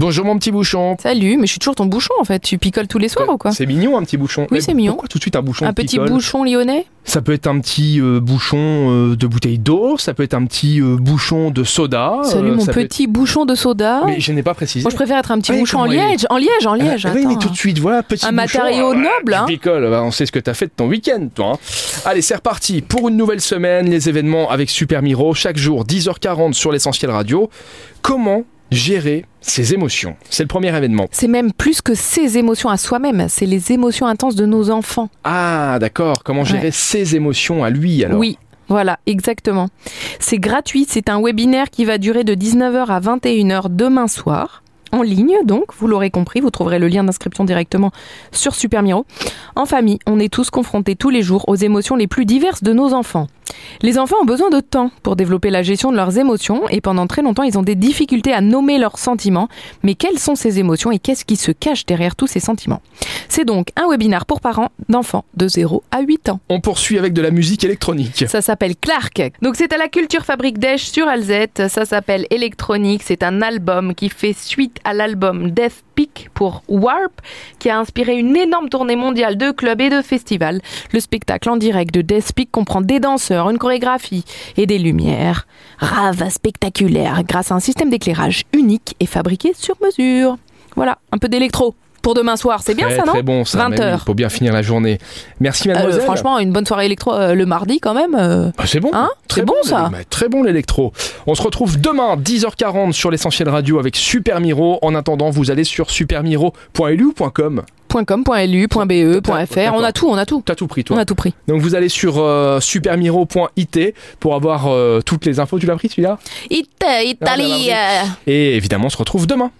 Bonjour mon petit bouchon. Salut, mais je suis toujours ton bouchon en fait. Tu picoles tous les soirs ou quoi C'est mignon un petit bouchon. Oui, Mais c'est mignon. Pourquoi tout de suite un bouchon Un de petit picole bouchon lyonnais Ça peut être un petit euh, bouchon euh, de bouteille d'eau, ça peut être un petit euh, bouchon de soda. Salut euh, mon ça peut être- petit bouchon de soda. Mais je n'ai pas précisé. Moi je préfère être un petit Ouais, bouchon en comment il est liège, en liège, en liège. Ah, oui, mais attends. tout de suite, voilà, petit Un bouchon. matériau Ah, ouais, noble, hein. tu picoles, bah, on sait ce que t'as fait de ton week-end, toi. hein. Allez, c'est reparti pour une nouvelle semaine, les événements avec Super Miro, chaque jour, 10h40 sur l'essentiel radio. Comment gérer ses émotions C'est le premier événement. C'est même plus que ses émotions à soi-même, c'est les émotions intenses de nos enfants. Ah, d'accord, comment gérer ses émotions à lui alors Oui. Voilà, exactement. C'est gratuit, c'est un webinaire qui va durer de 19h à 21h demain soir. En ligne, donc, vous l'aurez compris, vous trouverez le lien d'inscription directement sur Super Miro. En famille, on est tous confrontés tous les jours aux émotions les plus diverses de nos enfants. Les enfants ont besoin de temps pour développer la gestion de leurs émotions et pendant très longtemps, ils ont des difficultés à nommer leurs sentiments. Mais quelles sont ces émotions et qu'est-ce qui se cache derrière tous ces sentiments C'est donc un webinaire pour parents d'enfants de 0 à 8 ans. On poursuit avec de la musique électronique. Ça s'appelle Clark. Donc c'est à la Culture Fabrique d'Esch sur Alzette. Ça s'appelle Electronic. C'est un album qui fait suite à l'album Death Peak pour Warp, qui a inspiré une énorme tournée mondiale de clubs et de festivals. Le spectacle en direct de Death Peak comprend des danseurs, une chorégraphie et des lumières. Rave spectaculaire grâce à un système d'éclairage unique et fabriqué sur mesure. Voilà, un peu d'électro. Pour demain soir, c'est bien très, ça, non Euh, Très bon, ça. 20 mais oui, heures. Pour bien finir la journée. Merci, Euh, mademoiselle. Franchement, une bonne soirée électro euh, le mardi quand même. euh, Bah, c'est bon. Hein très C'est bon, ça. l'éle- bah, Très bon l'électro. On se retrouve demain 10h40 sur l'essentiel radio avec Super Miro. En attendant, vous allez sur supermiro.lu ou .com. E .com.lu.be.fr. On a D'accord. tout, on a tout. T'as tout pris toi. On a tout pris. Donc vous allez sur euh, supermiro.it pour avoir euh, toutes les infos. Tu l'as pris celui-là Ita- Italie. Et évidemment, on se retrouve demain.